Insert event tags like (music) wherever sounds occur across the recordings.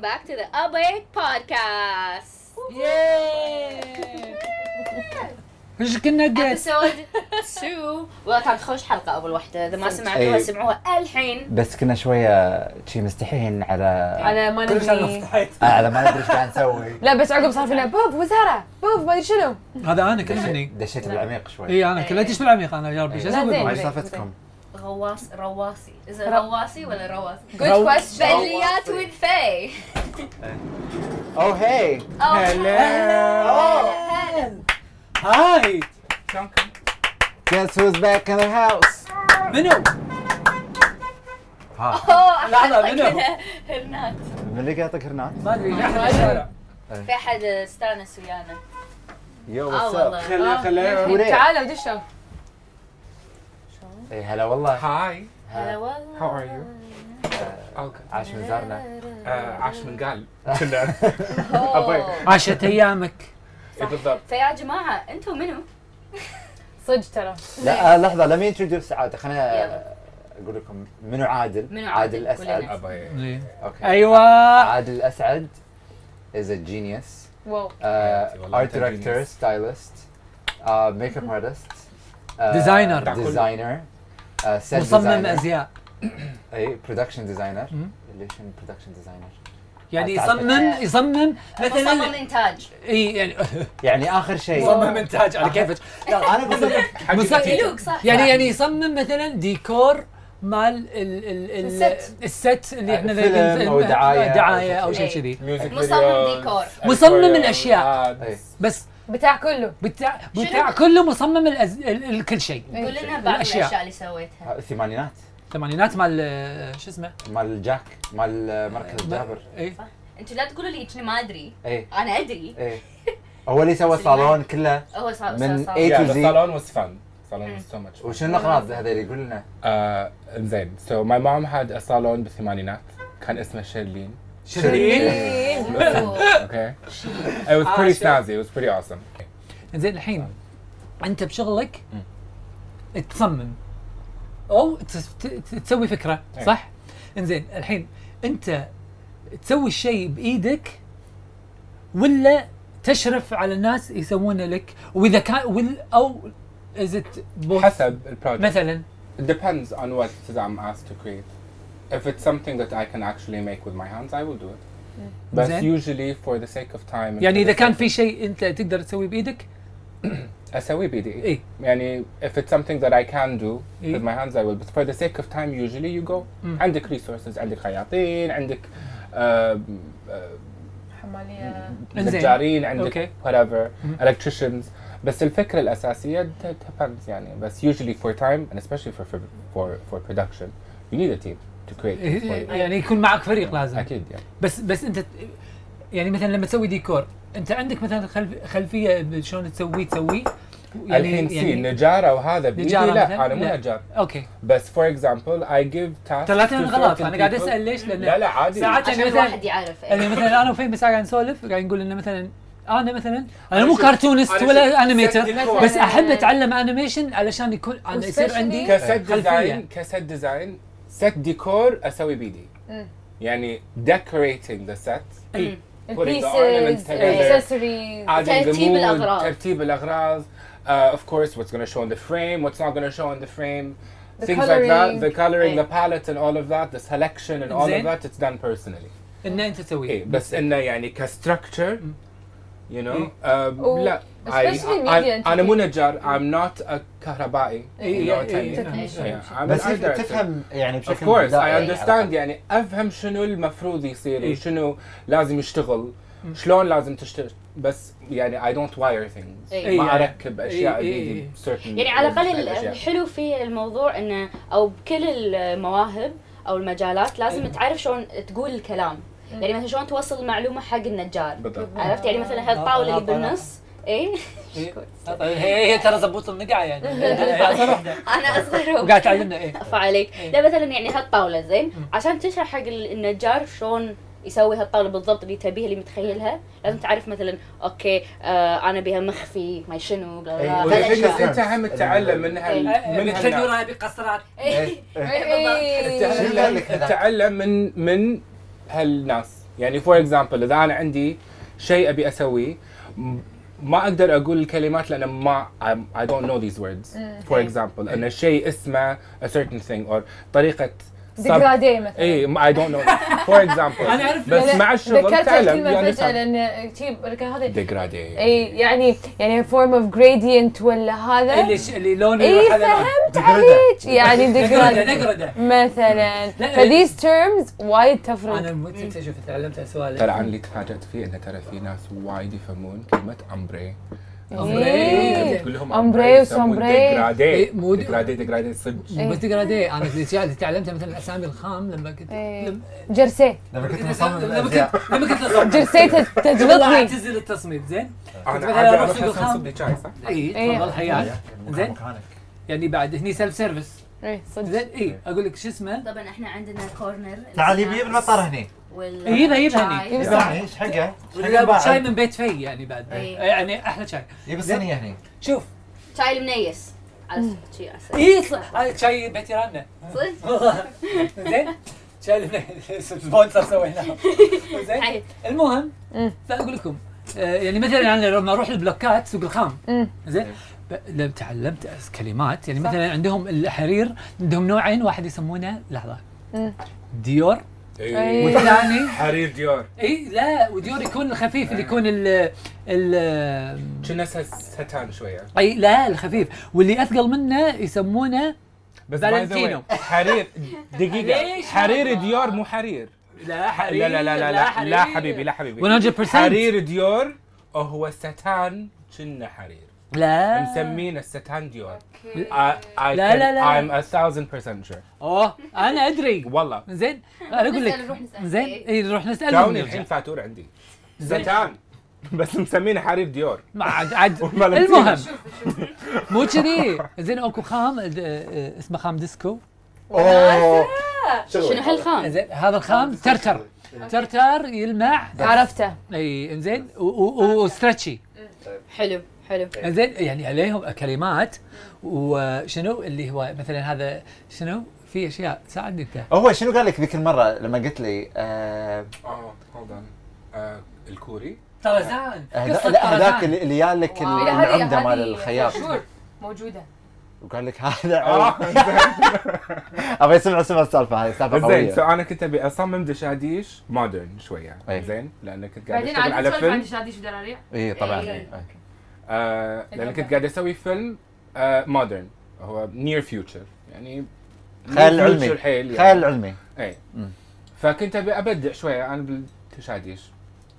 back to the Awake Podcast. Yay! ايش كنا قلت؟ (laughs) Episode 2 والله كانت خوش حلقة أول واحدة إذا ما سمعتوها أي. إيه. سمعوها الحين بس كنا شويه شي مستحيين على آه، انا ما كل شغله ندري فتحت على ما ندري ايش قاعد نسوي (laughs) لا بس عقب صار فينا بوب وزاره بوب ما ادري شنو هذا انا كلمني دشيت بالعميق شوي اي انا كليت ايش بالعميق انا يا ربي ايش إيه. لا، زين. اسوي وش سالفتكم؟ غواص رواسي إذا رو- رواسي ولا رواسي جود كويستشن بليات وين في (laughs) اوه هي أو هاي Guess who's back in the house منو؟ ها أوه، (laughs) لحظة، أحط منو؟ كذا هرنات من اللي قاطك هناك؟ ما ادري نحن بالشارع في أحد استانس ويانا Uh, يو آه واتساب والله خليه خليه وليه؟ تعالوا دشوا اي إيه، هلا والله هاي هلا والله How are you? اوكي عاش من زارنا آه، عاش من قال Oh. (laughs) أوه. عاشت ايامك إيه بالضبط فيا جماعة أنتم منو؟ صدق ترى (laughs) لا آه، لحظه لم ينتروديوس عادل خلينا يلا. اقول لكم منو عادل؟ منو عادل؟ عادل كلنا. الاسعد ابا إيه. اوكي ايوه عادل الاسعد is a genius واو uh, والله art أنت director, genius. stylist, uh, makeup artist, uh, Designer. بتاع كله. designer, uh, set مصمم designer, ازياء أي production designer. مم. ليش إن production designer؟ يعني أتعرف. يصمم يصمم مصمم مثلا إنتاج اي يعني (laughs) يعني آخر شيء (laughs) مصمم انتاج على كيفك لا أنا بصمم حقيقي ملوك صح يعني نعم. يعني يصمم مثلا ديكور مال ال ال ال الست. الست اللي احنا فيلم ذاقين- أو دعاية دعايه أو او شيء شيء. كذي ميوزك مصمم فيديوز، ديكور. مصمم أكواريوم، الأشياء. آدز. أي. بس بتاع كله بتاع شنو؟ بتاع كله مصمم الأز... ال... ال... كل شيء قول لنا بعض الأشياء. الاشياء اللي سويتها الثمانينات الثمانينات مال آه، شو اسمه؟ إيه. مال جاك مال آه، مركز جابر اي انتوا لا تقولوا لي اني ما ادري إيه انا ادري إيه (laughs) هو اللي سوى سليمان. الصالون كله هو صار من صار- A Yeah, to the Z. salon was fun. Salon was so much fun. وشنو الأغراض هذول يقول لنا Uh, زين so my mom had a salon بالثمانينات كان اسمه شيرلين إيه. شيرين أوه. okay it was pretty snazzy it was pretty awesome زين الحين انت بشغلك تصمم او تس- ت- ت- تسوي فكره إيه. صح؟ انزين الحين انت تسوي الشيء بايدك ولا تشرف على الناس يسوونه لك واذا كان وال- او ازت حسب البروجكت مثلا It depends on what it is I'm asked to create. If it's something that I can actually make with my hands, I will do it. But Then- usually for the sake of time. and يعني for اذا the كان sake في شيء انت تقدر تسويه بايدك of- أسوي بيدي. إيه. يعني if it's something that I can do إيه. with my hands, I will. But for the sake of time, usually you go. عندك resources, عندك خياطين, عندك آه، آه، حماليه إنزين. نجارين عندك أوكي. whatever electricians بس الفكرة الأساسية it depends يعني بس usually for time and especially for for for, for production you need a team to create things for you. يعني يكون معك فريق لازم طيب. أكيد يعني بس بس انت يعني مثلا لما تسوي ديكور انت عندك مثلا خلف خلفيه شلون يعني تسويه تسويه الحين سي نجارة وهذا بإيدي نجارة لا مثلاً؟ أنا مو لا. نجار اوكي بس for example I give tasks طلعت to من غلط certain انا قاعد people. اسال ليش لان لا لا عادي ساعات عشان يعني مثلا الواحد يعرف يعني إيه. مثلا انا وفيم بس قاعد نسولف قاعد نقول انه مثلا انا مثلا انا أنا مو شوف- كرتونست أنا شوف- ولا سد انيميتر ديكور. بس احب اتعلم انيميشن علشان يكون أنا يصير وسبيشلي- عندي كست خلفيه ديزاين كست ديزاين ست ديكور أسوي بإيدي مم. يعني decorating the set إي. Putting the ornaments البيسز together. الاكسسوارز adding the ترتيب mood, الأغراض. ترتيب الأغراض. Uh, of course, what's going to show in the frame, what's not going to show in the frame, The things like that. colouring. The coloring, Right. the palette, and all of that. The selection and all زين. of that. It's done personally. ان انت Okay, Mm. تسويه بس إنه يعني كstructure, you know. Mm. Um, و- لا. I, especially in media I, and أنا TV. مو نجار. I'm not a كهربائي. You know what I إي- إي- mean? إي. Yeah, I'm بس an art director. تفهم يعني بشكل Of course, I بدائي. understand يعني افهم شنو المفروض يصير إيه. وشنو لازم يشتغل شلون لازم تشتغل بس يعني I don't wire things إيه. ما يعني. اركب اشياء إيه، إيه، بيدي إيه. certain يعني على الاقل أشياء. الحلو في الموضوع انه او بكل المواهب او المجالات لازم تعرف شلون تقول الكلام يعني مثلا شلون توصل المعلومه حق النجار بالضبط. عرفت يعني مثلا هالطاوله اللي بالنص إيه؟ (laughs) اي إيه. هي هي ترى زبوط المقع يعني إيه. (laughs) انا اصغر وقاعد تعلمنا ايه عفا عليك لا مثلا يعني هالطاوله زين عشان تشرح حق ال- النجار شلون يسوي هالطاوله بالضبط اللي تبيها اللي متخيلها لازم تعرف مثلا اوكي آه انا بيها مخفي ما شنو بلا إيه. أيوة. بلا بلا والفكرة أشياء. انت هم تتعلم من هال من إيه. هالناس. بقصرات إيه. إيه. (laughs) بالضبط. تتعلم- شو قال لك هذا؟ تتعلم من من هالناس يعني فور اكزامبل اذا انا عندي شيء ابي اسويه م- ما اقدر اقول الكلمات لان ما I'm- I don't know these words for example ان شيء اسمه a certain thing or طريقه صب- ديجرادي مثلا اي ما- I don't know for (laughs) example أنا أعرف- بس لا، مع الشغل ذكرت تعلم الكلمه يعني فجاه فهم. لان شيء هذا degradé اي يعني يعني فورم اوف جريدينت ولا هذا اللي ش... اللي لونه اي يروح هذا لون. إيه، فهمت عليك يعني نقرده ديجرادي نقرده مثلا لا، فذيس تيرمز وايد تفرق انا متى شوف تعلمت السؤال ترى انا اللي تفاجات فيه انه ترى في ناس وايد يفهمون كلمه امبري إيه. تقول لهم أمبري وسومبري. ديجرادي إيه، مو- ديجرادي ديجرادي صدق بس تقرا دي انا اللي شا- اللي تعلمتها مثلا الاسامي الخام لما كنت إيه. لما جرسي لما كنت مصمم لما الأشياء. كنت لما كنت أصمم. جرسي (laughs) والله تجلطني اعتزل التصميم زين انا مثلاً عادي أروح اروح سوق الخام. اصب لي شاي صح؟ اي إيه. تفضل حياك زين مكانك يعني بعد هني سيلف سيرفيس إيه، صدق زين اي اقول لك شو اسمه طبعا احنا عندنا كورنر تعال يبي المطر هني يجيبها- يجيبها والشاي. هني. يبي هني ايش حقه؟ إيش حقه ولا شاي بعد؟ من بيت في يعني بعد إيه. يعني احلى شاي يبي الصينيه هني شوف شاي المنيس على شي على أساس. اي صح هاي شاي بيت جيراننا صدق؟ (laughs) زين شاي (laughs) سبونسر (laughs) سويناه زين حي. المهم مم. فاقول لكم آه، يعني مثلا انا لما اروح البلوكات سوق الخام مم. زين ب- لما تعلمت أس- كلمات يعني مثلا عندهم الحرير عندهم نوعين واحد يسمونه لحظه مم. ديور Eh. إيه. (laughs) والثاني حرير ديور اي لا وديور يكون الخفيف إيه. اللي يكون ال ال كنا ستان شويه اي لا الخفيف واللي اثقل منه يسمونه بس فالنتينو. by the way، حرير دقيقه ليش؟ حرير ديور مو حرير لا لا لا لا لا لا لا حبيبي لا حبيبي 100% حرير ديور وهو ستان كنا حرير لا مسمينا الستان ديور لا، لا، لا. I'm a thousand percent sure اوه انا ادري والله زين انا اقول نسأل، نروح لك نسأل. زين اي نروح نسال جاوني الحين ونرجع. فاتور عندي يعني. زين. ستان (laughs) بس مسمينه حرير ديور ما عاد (laughs) عاد والفالنتين. المهم مو كذي زين اكو خام آه، آه، اسمه خام ديسكو اوه شنو هالخام؟ زين هذا الخام ترتر ترتر يلمع عرفته اي انزين و- و- وستريتشي حلو حلو زين يعني عليهم كلمات وشنو اللي هو مثلا هذا شنو في اشياء ساعدني انت هو شنو قال لك ذيك المره لما قلت لي آه، اه hold on. آه، الكوري طرزان هذا- قصه لا هذاك طرزان اللي اللي قال لك ال- العمده مال الخياط موجوده وقال لك هذا آه، عود. ابي اسمع اسمع السالفه هاي السالفه (laughs) زين سو قويه انا كنت ابي اصمم دشاديش مودرن شويه أي. زين لان كنت قاعد اشتغل على فيلم شاديش ودراريع اي طبعا إيه. إيه. أوكي. آه، لان كنت قاعد اسوي فيلم مودرن هو نير فيوتشر يعني خيال near علمي. future حيل يعني. إيه. خيال علمي اي مم. فكنت ابي ابدع شويه انا بالتشاديش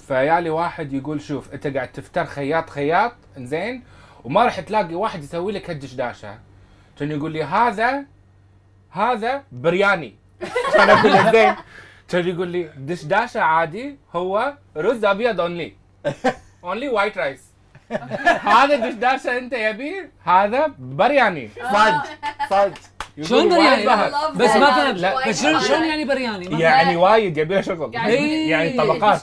فيالي واحد يقول شوف انت قاعد تفتر خياط خياط زين وما راح تلاقي واحد يسوي لك هالدشداشه كان يقول لي هذا هذا برياني (laughs) كان اقول له زين كان يقول لي دشداشه عادي هو رز ابيض اونلي اونلي وايت رايس هذا دشداشه انت يبي هذا برياني صدق صدق يقول شلون برياني وايد لا، بهر. بس ما لا، فهمت لا. بس شلون شلون يعني برياني ما- يعني وايد يبي له شغل يعني- يعني طبقات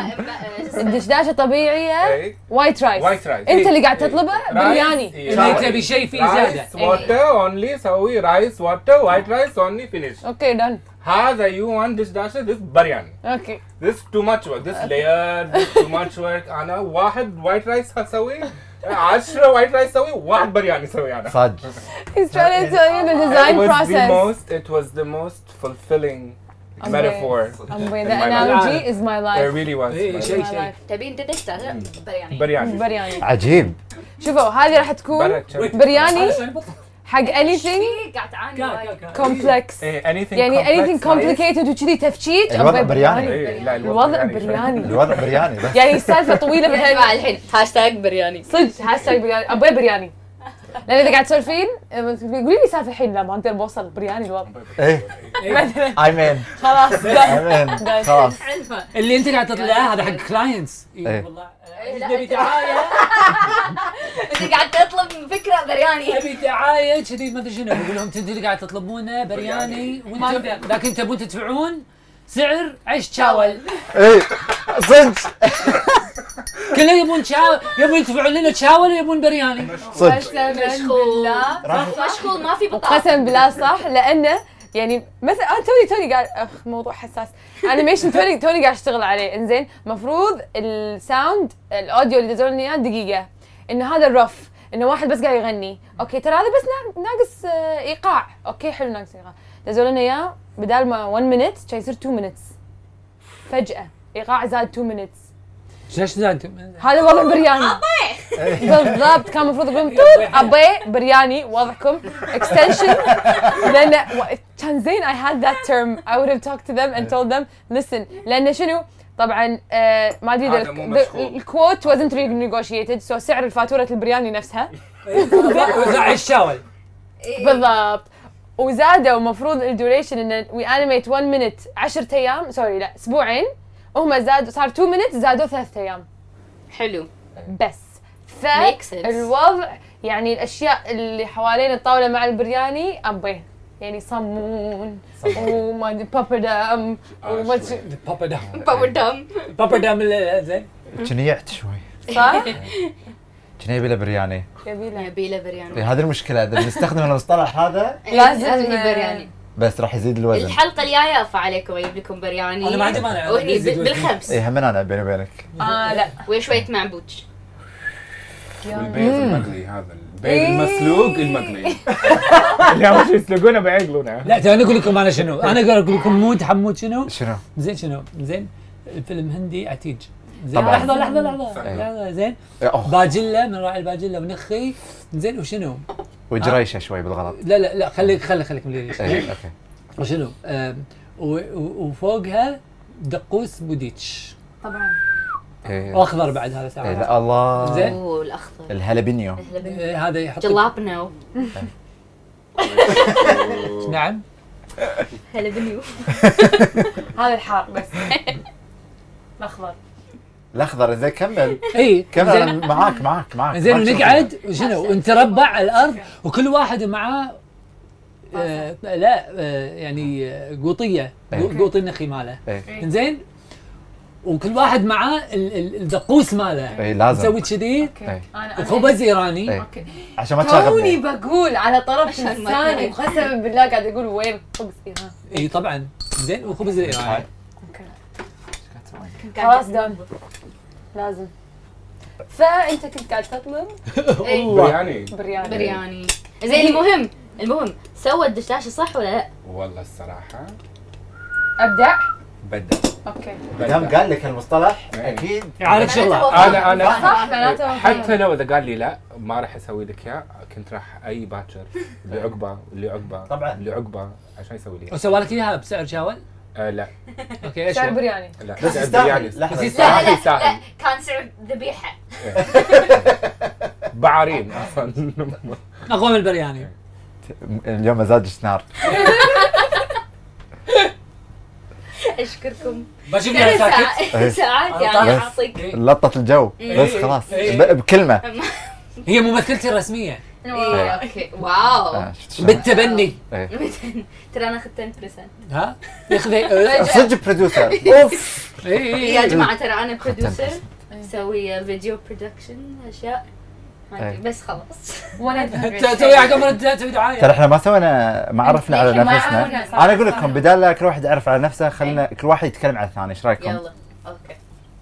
إيه. الدشداشه طبيعيه إي. وايت رايس وايت رايس انت اللي قاعد إيه. تطلبه رايس، برياني إيه. اللي تبي شيء فيه زياده رايس واتر اونلي سوي رايس واتر وايت رايس اونلي فينيش اوكي دن هذا يو وان ديش داشر ذس برياني اوكي ذس تو ماتش ورك ذس لاير ذس تو (laughs) ماتش ورك انا واحد وايت رايس هسوي 10 وايت رايس سوي واحد برياني سوي انا صدق He's trying to tell you the design it was the process. most it was the most fulfilling Okay. metaphor (laughs) I'm with in the my analogy life. is my it life. really was اي شيء My شيء life. تبي انت تشتغل برياني برياني برياني عجيب شوفوا هذه راح تكون برا برياني شلون يبطل؟ حق anything إيه، قاعد تعاني كا- وايد. كا- كا. complex إيه، anything يعني anything complex. complicated وكذي تفشيش الوضع أبي برياني. إيه، لا، الوضع برياني الوضع برياني بس يعني السالفه (laughs) طويله يا جماعه مثلا الحين هاشتاج برياني صدق هاشتاج برياني ابوي برياني لان اذا قاعد تسولفين قولي لي سالفه الحين لا ما اقدر بوصل برياني الوضع ايه (laughs) ايم ان خلاص ايم ان خلاص علمها اللي انت قاعد تطلع هذا حق كلاينتس إيه. والله آه، لا، نبي دعايه انت قاعد تطلب فكره برياني نبي دعايه كذي ما ادري شنو يقول لهم انتوا اللي قاعد تطلبونه برياني وانتم لكن تبون تدفعون سعر عيش تشاول (laughs) ايه صدق كلهم يبون تشاول يبون يدفعون لنا تشاول ويبون برياني صدق قسم مشغول بالله راح مشغول ما في بطاقه قسم بالله صح لانه يعني مثلا انا توني توني قاعد اخ موضوع حساس انيميشن توني توني قاعد اشتغل عليه انزين المفروض الساوند الاوديو اللي دزولنا اياه دقيقه انه هذا الرف انه واحد بس قاعد يغني اوكي ترى هذا بس نا- ناقص آه، ايقاع اوكي حلو ناقص ايقاع دزولنا اياه بدال ما 1 مينيت كان يصير 2 مينيتس فجاه ايقاع زاد 2 مينيتس ايش (laughs) زادتم؟ هذا وضع برياني بالضبط كان المفروض يقولون (laughs) توت ابي برياني وضعكم اكستنشن لان و- كان زين I had that term I would have talked to them and told them listen لان شنو طبعا آه، ما ادري هذا مو مشهور. الكوت wasn't renegotiated so سعر الفاتوره البرياني نفسها وزع الشاول بالضبط وزادوا المفروض الدوريشن ان وي انيميت 1 مينت 10 ايام سوري لا اسبوعين هم زادوا صار 2 مينت زادوا 3 ايام حلو بس Makes sense. فالوضع يعني الاشياء اللي حوالين الطاوله مع البرياني ابي يعني صمون وما ادري بابدم وما شوي. أدري- بابا دام باور دام بابا دام ال- زين جنيعت شوي صح؟ جني بلا برياني يبيله يبي له برياني إيه، هذه المشكلة اذا بنستخدم المصطلح هذا لازم- يجي برياني بس راح يزيد الوزن الحلقه الجايه افا عليكم اجيب لكم برياني أنا ما عندي مانع. وهني بيزيد ب- وزني. بالخمس اي إيه، هم انا بيني وبينك اه لا ويا شويه معبوش والبيض المقلي هذا إيه. البيض المسلوق (laughs) المقلي لا مش يسلقونه بيعقلونه لا ترى انا اقول لكم انا شنو انا أقدر اقول لكم مود حمود شنو شنو؟ زين شنو زين الفيلم هندي عتيج زين طبعاً. لحظه لحظه لحظه صحيح. لحظه زين إيه، أوه. باجله من راعي الباجله ونخي زين وشنو وجريشه شوي بالغلط إيه، لا لا لا خليك خلي خليك من اللي- اي اوكي وشنو آم، و- و- وفوقها دقوس بوديتش إيه. واخضر بعد هذا إيه، ساعات لا الله زين. اوه الاخضر الهالبينيو آه، هذا يحط جلابنا نعم هلا بنيو هذا الحار بس (laughs) الاخضر الاخضر زين (laughs) كمل اي كمل إيه. زين. أنا معاك معاك معاك زين ما تشوف. ونقعد وشنو ونتربع على الارض وكل واحد معاه آه لا آه يعني آه، قوطيه إيه. قوطي النخي ماله إيه. زين وكل واحد معاه ال- ال- الدقوس ماله اي إيه، لازم نسوي كذي إيه. انا وخبز ايراني إيه. عشان ما تشغل توني بقول على طرف عشان ما لساني تنام. وقسما بالله قاعد اقول وين إيه، خبز ايران اي طبعا زين وخبز ايراني خلاص دام لازم فانت كنت قاعد تطلب إيه. برياني برياني إيه، برياني زين المهم المهم سوى الدشاشة صح ولا لا؟ والله الصراحه ابدع بدا اوكي دام بدا قال لك المصطلح إيه. اكيد عارف شغله انا انا صح معناته حتى لو اذا قال لي لا ما راح اسوي لك اياه كنت راح اي باكر اللي عقبه اللي عقبه طبعاً. اللي عقبه عشان يسوي لي إياه. وسوى لك اياها بسعر شاول آه لا اوكي ايش شعر هو؟ برياني لا بس يستاهل لحظه بس يستاهل. لا، لا، يستاهل. لا، كان سعر ذبيحة (laughs) بعارين اصلا اقوى من البرياني (laughs) إيه. اليوم مزاج شنار اشكركم بشوف ترى انا ساعات- ساكت إيه. (laughs) ساعات يعني طيب. اعطيك لطت الجو إيه. بس خلاص إيه. ب- بكلمه هي ممثلتي الرسميه إيه، اوكي واو إيه. آه، شفت شلون؟ بالتبني إيه. (laughs) ترى انا اخذت 10% ها إيه، ياخذ (laughs) صدق برودوسر اوف اي (laughs) اي إيه. يا اي جماعة ترى أنا برودوسر أسوي فيديو برودكشن أشياء ما أدري، أي. بس خلاص ولا (laughs) تسوي على كاميرا تسوي ترى دعايه احنا ما سوينا ما عرفنا على ما نفسنا عرفنا، صح. انا اقول لكم بدال لا كل واحد يعرف على نفسه خلينا كل واحد يتكلم على الثاني ايش رايكم؟ يلا أوكي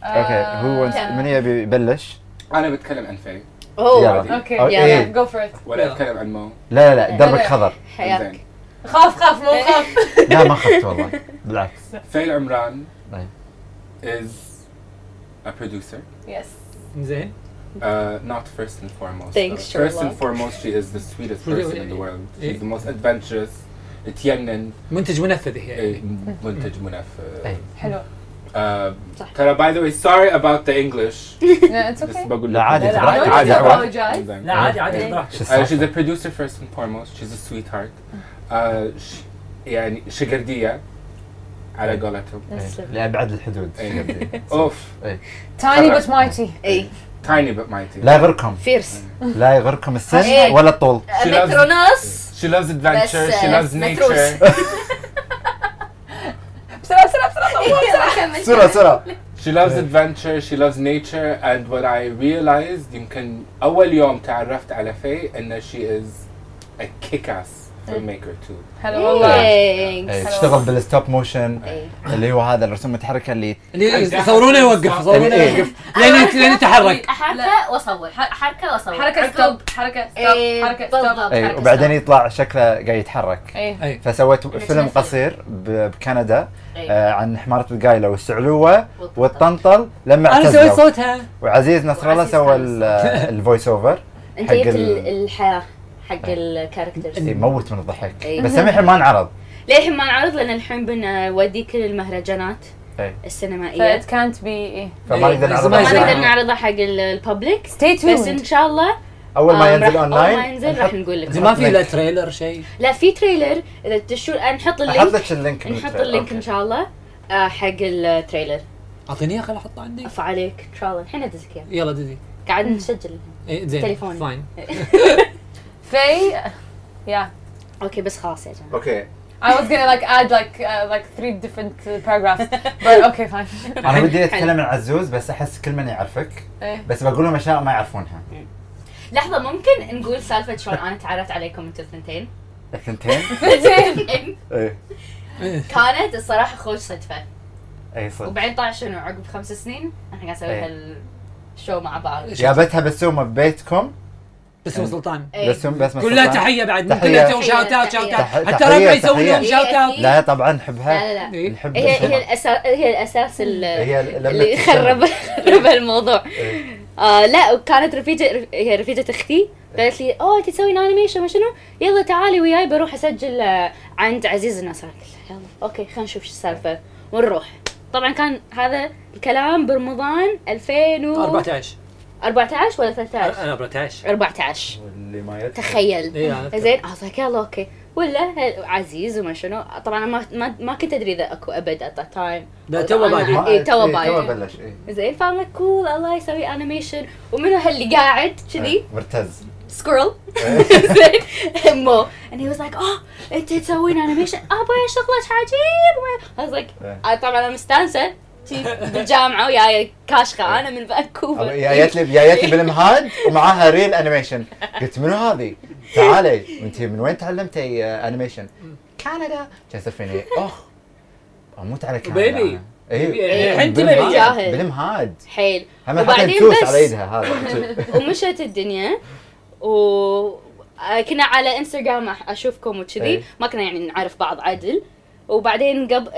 آه، اوكي هو من يبي يبلش؟ انا بتكلم عن فاي أوه يلا. اوكي أو- يلا إيه. جو فور ات ولا اتكلم عن مو لا لا لا دربك خضر حياك زين. خاف خاف مو خاف لا ما خفت والله (laughs) بالعكس فاي العمران طيب. is a producer يس زين Uh, not first and foremost. Mm-hmm. Thanks, Uh, first and Sherlock. foremost, she is the sweetest person in the world. She's the most adventurous. تينن منتج منفذ هي إيه، منتج منفذ. إيه. حلو Uh, صح. ترى by the way sorry about the (laughs) English. اتس بس اوكي بقول لا عادي لا، براحتك عادي. عادي عادي. زين. لا عادي عادي إيه. براحتك شو Uh, she's السالفه؟ a producer first and foremost. She's a sweetheart. Mm. Uh, ش- يعني شقردية على قولتهم. تسلم لابعد الحدود إيه. اوف تايني بت مايتي اي tiny but mighty. (laughs) لا يغركم فيرس لا يغركم السن إيه. ولا الطول She loves- متروناس She loves adventure. بس، She uh, loves متروس. nature. (laughs) (laughs) بسرعه بسرعه بسرعه إيه. سرعه سرعه She loves adventure, she loves nature and what I realized يمكن أول يوم تعرفت على في إن she is a kick-ass فيلم ميكر 2 هلا والله إيه. إيه، تشتغل بالستوب موشن إيه. اللي هو هذا الرسوم المتحركه اللي اللي يصورونه يوقف يصورونه إيه. يوقف لين يت- لين (laughs) يتحرك احركه واصور حركه واصور حركه ستوب حركه ستوب إيه، حركه بالضبط. ستوب اي حركة وبعدين صعبة. يطلع شكله قاعد يتحرك ايه اي فسويت نفس فيلم الفيلم. قصير ب- بكندا إيه. آه، عن حمارة القايلة والسعلوة والطنطل. والطنطل لما انا سويت اعتزلوا صوتها وعزيز نصر الله وعزيز سوى خالد. ال- الفويس اوفر انت حق جبت ال- ال- الحياه حق الكاركترز إيه، موت من الضحك إيه. بس هم الحين ما انعرض للحين ما نعرض لان الحين بنودي كل المهرجانات إيه. السينمائيه فات كانت بي ايه فما إيه. نقدر بس نعرض ما ما نقدر عشان- نعرضها حق ال- الببليك ستي بس ان تيوند شاء الله اول ما آم، ينزل راح- اونلاين اول ما ينزل راح نقول لك زين ما في لك. لا تريلر شيء لا في تريلر اذا تشو نحط احط اللينك لك اللينك نحط بالتريلر. اللينك أوكي. ان شاء الله آه، حق التريلر اعطيني اياه خل احطه عندي اف عليك ان شاء الله الحين ادزك اياه يلا دزي قاعد نسجل إيه، زين تليفوني. فاين في yeah اوكي بس خلاص يا جماعه اوكي I was gonna like add like uh, like three different uh, paragraphs but okay fine انا ودي اتكلم عن عزوز بس احس كل من يعرفك إيه. بس بقول لهم اشياء ما يعرفونها لحظه ممكن نقول سالفه شلون انا تعرفت عليكم انتوا الثنتين ثنتين (laughs) زين ايه كانت الصراحه خوش صدفه اي إيه، صدق وبعدين طلع شنو عقب خمس سنين احنا قاعد نسوي إيه. هالشو مع بعض جابتها بسومه ببيتكم بس هو سلطان إيه. بسوم بس ما قول لها استطاع. تحيه بعد ممكن تحية. لا تسوي شاوت اوت شاوت تحية. اوت تح- حتى تحية، ربع يسوي لهم تحية. شاوت اوت لا طبعا نحبها لا، لا، لا. إيه. نحب هي الشمع. هي الاساس هي الاساس ال- هي لما اللي تتشمع. خرب خرب الموضوع إيه. آه لا وكانت رفيجه رف- هي رفيجه اختي قالت لي اوه انت تسوين انيميشن ما شنو يلا تعالي وياي بروح اسجل آه، عند عزيز النصر قلت لها يلا اوكي خلينا نشوف شو السالفه ونروح طبعا كان هذا الكلام برمضان 2014 14 ولا 13 انا 14 14 واللي ما يدخل. تخيل أه. إيه، أنا أذكر. زين اه صح يلا اوكي ولا هل- عزيز وما شنو طبعا أنا ما ما, ما كنت ادري اذا اكو ابد ات ذات تايم لا، توه بادي. ما- اي تو إيه، بادي بلش إيه. زين فانا كول الله يسوي انيميشن ومنو هاللي قاعد كذي إيه، مرتز سكرل (laughs) زين مو and he was like oh انت تسوين انيميشن ابا شغلك عجيب I was like إيه. آه، طبعا انا مستانسه شي بالجامعه وياي كاشخه انا من فانكوفر (laughs) يا جت لي يا جت لي بالمهاد ومعاها ريل انيميشن قلت منو هذه؟ تعالي وانت من وين تعلمتي آه، انيميشن؟ كندا كان يصير فيني اخ اموت على كندا بيبي. أنا. بيبي. اي الحين تبي بالمهاد- جاهز. بالمهاد حيل هم حتى وبعدين نفوس بس. على ايدها (laughs) هذا ومشت الدنيا و آه، كنا على انستغرام أح- اشوفكم إيه. وكذي ما كنا يعني نعرف بعض عدل وبعدين قبل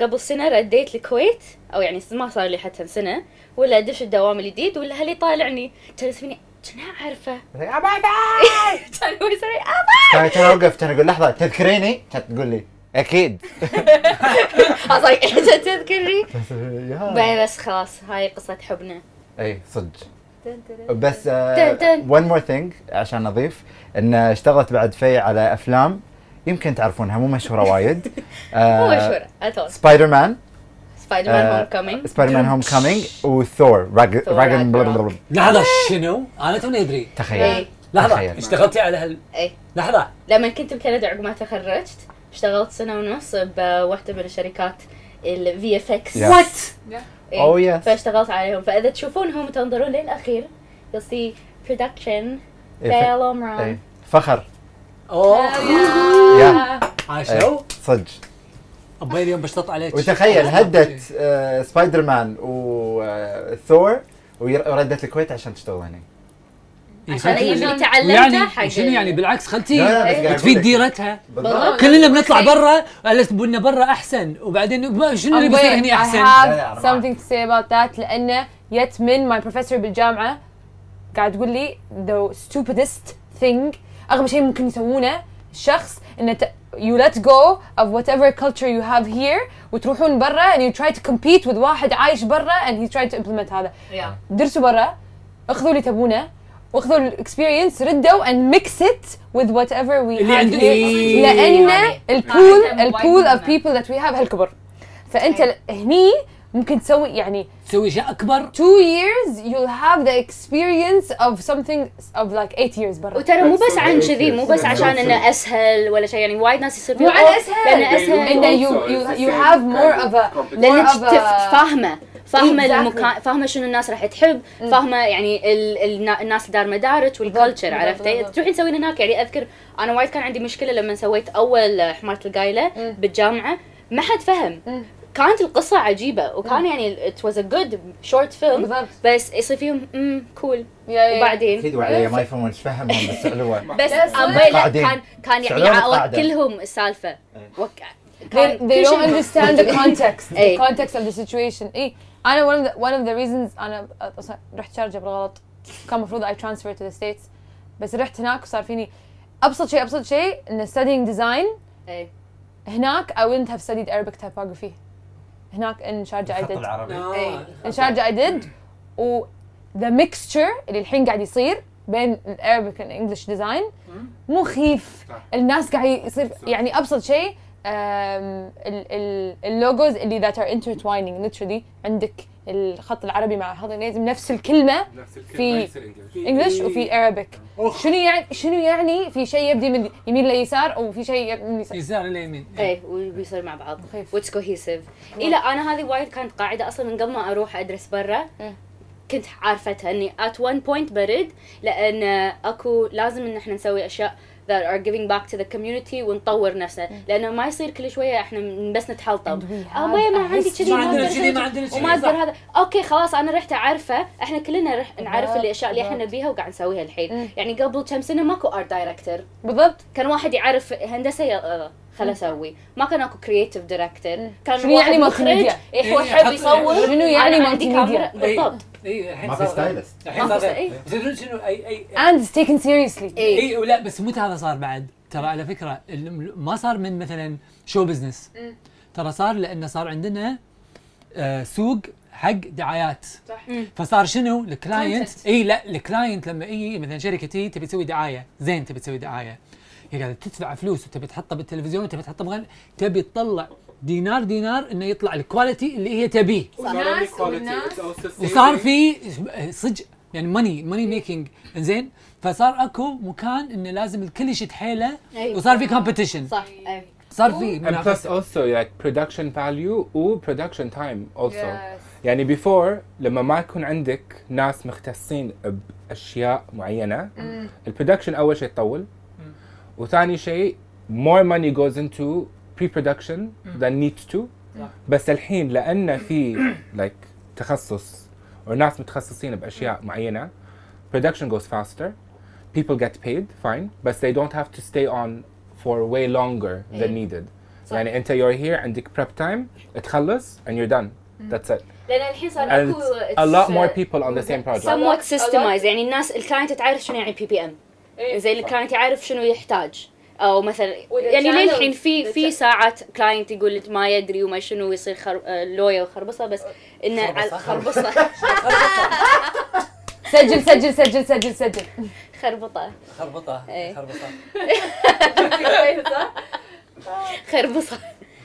قبل سنه رديت الكويت او يعني ما صار لي حتى سنه ولا ادش الدوام الجديد ولا هلي طالعني كان يسميني كنا اعرفه (laughs) كان هو يسوي ابا كان كان اوقف كان اقول لحظه تذكريني؟ كانت تقول لي اكيد I was like، انت إيه، تذكرني يا. بعدين بس خلاص هاي قصه حبنا اي إيه، صدق بس آه، تن- تن. ون مور ثينج عشان نضيف ان اشتغلت بعد في على افلام يمكن تعرفونها مو مشهوره (laughs) وايد آه، مو مشهوره اتول سبايدر مان سبايدر مان آه، هوم كومينج سبايدر مان هوم كامينج وثور راج- ثور راجن راجناروك. بلبلبلب. لحظه شنو؟ انا توني ادري تخيل إيه. لحظه تخيل. اشتغلتي على هال اي لحظه لما كنت بكندا عقب ما تخرجت اشتغلت سنه ونص بواحده من الشركات الفي اف اكس Yeah. What? Oh, yes. إيه. فاشتغلت عليهم فاذا تشوفونهم وتنظرون للاخير you'll see production إيه، ف- fail I'm wrong. إيه. فخر اوه (laughs) يا عاشوا صدق ابوي اليوم بشطط عليك (laughs) وتخيل هدت آه، سبايدر مان وثور وردت الكويت عشان تشتغل هنا عشان خلتي- أي اللي تعلمته حق يعني شنو ال- يعني بالعكس لا، لا، بس قاعد خلتي أقول تفيد لك. ديرتها بالضبط. كلنا بنطلع برا قالت لنا برا احسن وبعدين ما- شنو اللي بيصير هني I احسن؟ have لا، لا، أربعة. something to say about that لأنه يت من my professor بالجامعة قاعد تقول لي the stupidest thing أغبى شيء ممكن يسوونه الشخص إنه ت- you let go of whatever culture you have here وتروحون برا and you try to compete with واحد عايش برا and he's trying to implement هذا Yeah. درسوا برا اخذوا اللي تبونه واخذوا الاكسبيرينس ردوا and mix it with whatever we اللي have عندك. here. إيه. لان يعني. البول عندنا البول وايد of منها. people that we have هالكبر فانت أيوة. هني ممكن تسوي يعني تسوي شيء اكبر two years you'll have the experience of something of like eight years برا وترى مو بس عن كذي مو بس عشان انه اسهل ولا شيء يعني وايد ناس يصير مو فيها، على "أوه، اسهل لانه اسهل انه you you you have more of a لانك more of a- تف- فاهمه فاهمه Exactly. Mm. المكان فاهمه شنو الناس راح تحب فاهمه يعني ال... النا- الناس دار مدارج والكلتشر بالضبط، عرفتي بالضبط. تروحين تسوين هناك يعني اذكر انا وايد كان عندي مشكله لما سويت اول حماره القايله Mm. بالجامعه ما حد فهم كانت القصه عجيبه وكان يعني it was a good short film Mm. بالضبط بس يصير فيهم امم كول يا- يا- وبعدين اكيد وعلي ما يفهمون ايش فهمهم بس علوه بس (laughs) بس ابوي لا قاعدين. كان كان يعني شعلوم عاود القاعدة. كلهم السالفه وك... they, they كل don't شيء- understand the context (laughs) the إيه. context of the situation اي انا one of the, one of the reasons انا أصلاً رحت شارجه بالغلط كان المفروض I transfer to the states بس رحت هناك وصار فيني ابسط شيء ابسط شيء ان studying design إيه. هناك I wouldn't have studied Arabic typography هناك in شارجه I الخط did نعم. العربي إيه. آه. in شارجه I did و the mixture اللي الحين قاعد يصير بين الارابيك والانجلش ديزاين مخيف صح. الناس قاعد يصير يعني ابسط شيء أم، ال- ال- اللوجوز اللي ذات ار انترتوايننج literally عندك الخط العربي مع الخط الانجليزي نفس الكلمه نفس في- الكلمه يصير انجلش انجلش وفي ارابيك شنو يعني شنو يعني في شيء يبدي من يمين ليسار وفي شيء يبدي من يسار يزار اليمين ايه وبيصير مع بعض مخيف. واتس كوهيسيف اي لا انا هذه وايد كانت قاعده اصلا من قبل ما اروح ادرس برا إيه. كنت عارفتها اني at one point برد لان اكو لازم ان احنا نسوي اشياء that are giving back to the community ونطور نفسنا لانه ما يصير كل شويه احنا بس نتحلطم And we اه بايا ما have a عندي كذي ما عندنا أقدر كذي ما أسوي عندنا كذي وما اقدر هذا اوكي خلاص انا رحت اعرفه احنا كلنا رح نعرف بالضبط، الاشياء اللي احنا بالضبط. نبيها وقاعد نسويها الحين مم. يعني قبل كم سنه ماكو ارت دايركتور بالضبط كان واحد يعرف هندسه يلا خل اسوي ما كان اكو كرييتيف دايركتور كان شنو يعني واحد multimedia؟ مخرج إيه، هو يحط- يحب يصور شنو يعني أنا عندي multimedia؟ كاميرا إيه. بالضبط اي الحين ما في صار- stylist. الحين ما في صار st- إيه. تدرون شنو اي اي and it's taken seriously اي اي ولا بس متى هذا صار بعد؟ ترى على فكره ال- ما صار من مثلا شو بزنس ترى صار لانه صار عندنا آه، سوق حق دعايات صح. فصار شنو الكلاينت Content. اي لا الكلاينت لما اي مثلا شركه تي تبي تسوي دعايه زين تبي تسوي دعايه هي قاعده تدفع فلوس وتبي تحطها بالتلفزيون وتبي تحطها بغل تبي تطلع دينار دينار انه يطلع الكواليتي اللي هي تبيه والناس- والناس- وصار إيه. في صدق يعني ماني ماني ميكينج زين فصار اكو مكان انه لازم الكل يشد حيله أيوة. وصار في كومبيتيشن صح إيه. صار في And plus منافسه also like production value و production time also يعني before لما ما يكون عندك ناس مختصين باشياء معينه البرودكشن اول شيء تطول وثاني شيء more money goes into pre-production than needs to صح. بس الحين لان في like تخصص وناس متخصصين باشياء معينه production goes faster people get paid fine but they don't have to stay on for way longer than needed صح. يعني انت you're here عندك prep time تخلص and you're done that's it لان الحين صار and اكو it's a lot more people on the same project somewhat A lot- systemized يعني الناس الكلاينت تعرف شنو يعني بي بي ام زي الكلاينت يعرف شنو يحتاج او مثلا إيه. وإذا يعني كانوا- للحين في إذا في كان- ساعات كلاينت يقول لك ما يدري وما شنو ويصير خر... آه، لويا وخربصه بس انه على- (laughs) خربصه سجل سجل سجل سجل سجل خربطه خربطه إيه. خربطه خربصه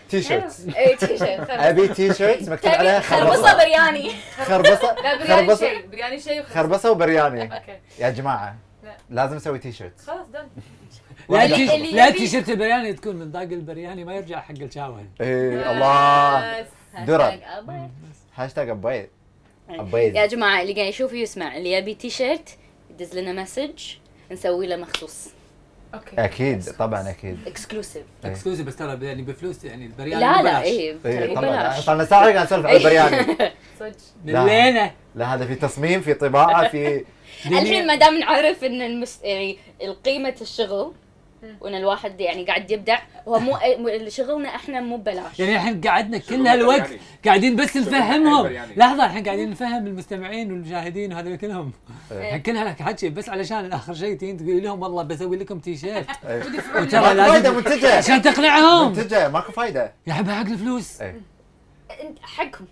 تي شيرتس اي تي شيرت ابي تي شيرتس مكتوب عليها خربصه خربصه برياني خربصه خربصه برياني شيء خربصه وبرياني اوكي يا جماعه لا. لازم اسوي تي شيرتس خلاص دن لا واحد تيش- أخضر. اللي لا يبي- تيشيرت البرياني تكون من ضاق البرياني ما يرجع حق الشاون ايه الله درر هاشتاج ابيض أبيض. يا جماعه اللي قاعد يشوف يسمع اللي يبي تي شيرت يدز لنا مسج نسوي له مخصوص اوكي اكيد طبعا اكيد اكسكلوسيف إيه. اكسكلوزي بس ترى يعني بفلوس يعني البرياني لا لا ببلاش. اي إيه، طبعا بلاش صار لنا ساعه قاعد نسولف على البرياني صدق من لا. وينه؟ لا هذا في تصميم في طباعه في إيه. طيب، الحين ما دام نعرف ان المس... يعني قيمه الشغل وان الواحد يعني قاعد يبدع هو مو أي- مو- شغلنا احنا مو ببلاش يعني الحين قعدنا كل شغل هالوقت برياني. قاعدين بس نفهمهم برياني. لحظه الحين قاعدين نفهم المستمعين والمشاهدين وهذول كلهم إيه. الحين كل هالحكي بس علشان اخر شيء تجين تقولي لهم والله بسوي لكم تي شيرت إيه. وترى ماكو فايده لازم منتجه عشان تقنعهم منتجه ماكو فايده يا حبا حق الفلوس 10% إيه. أنت- حقهم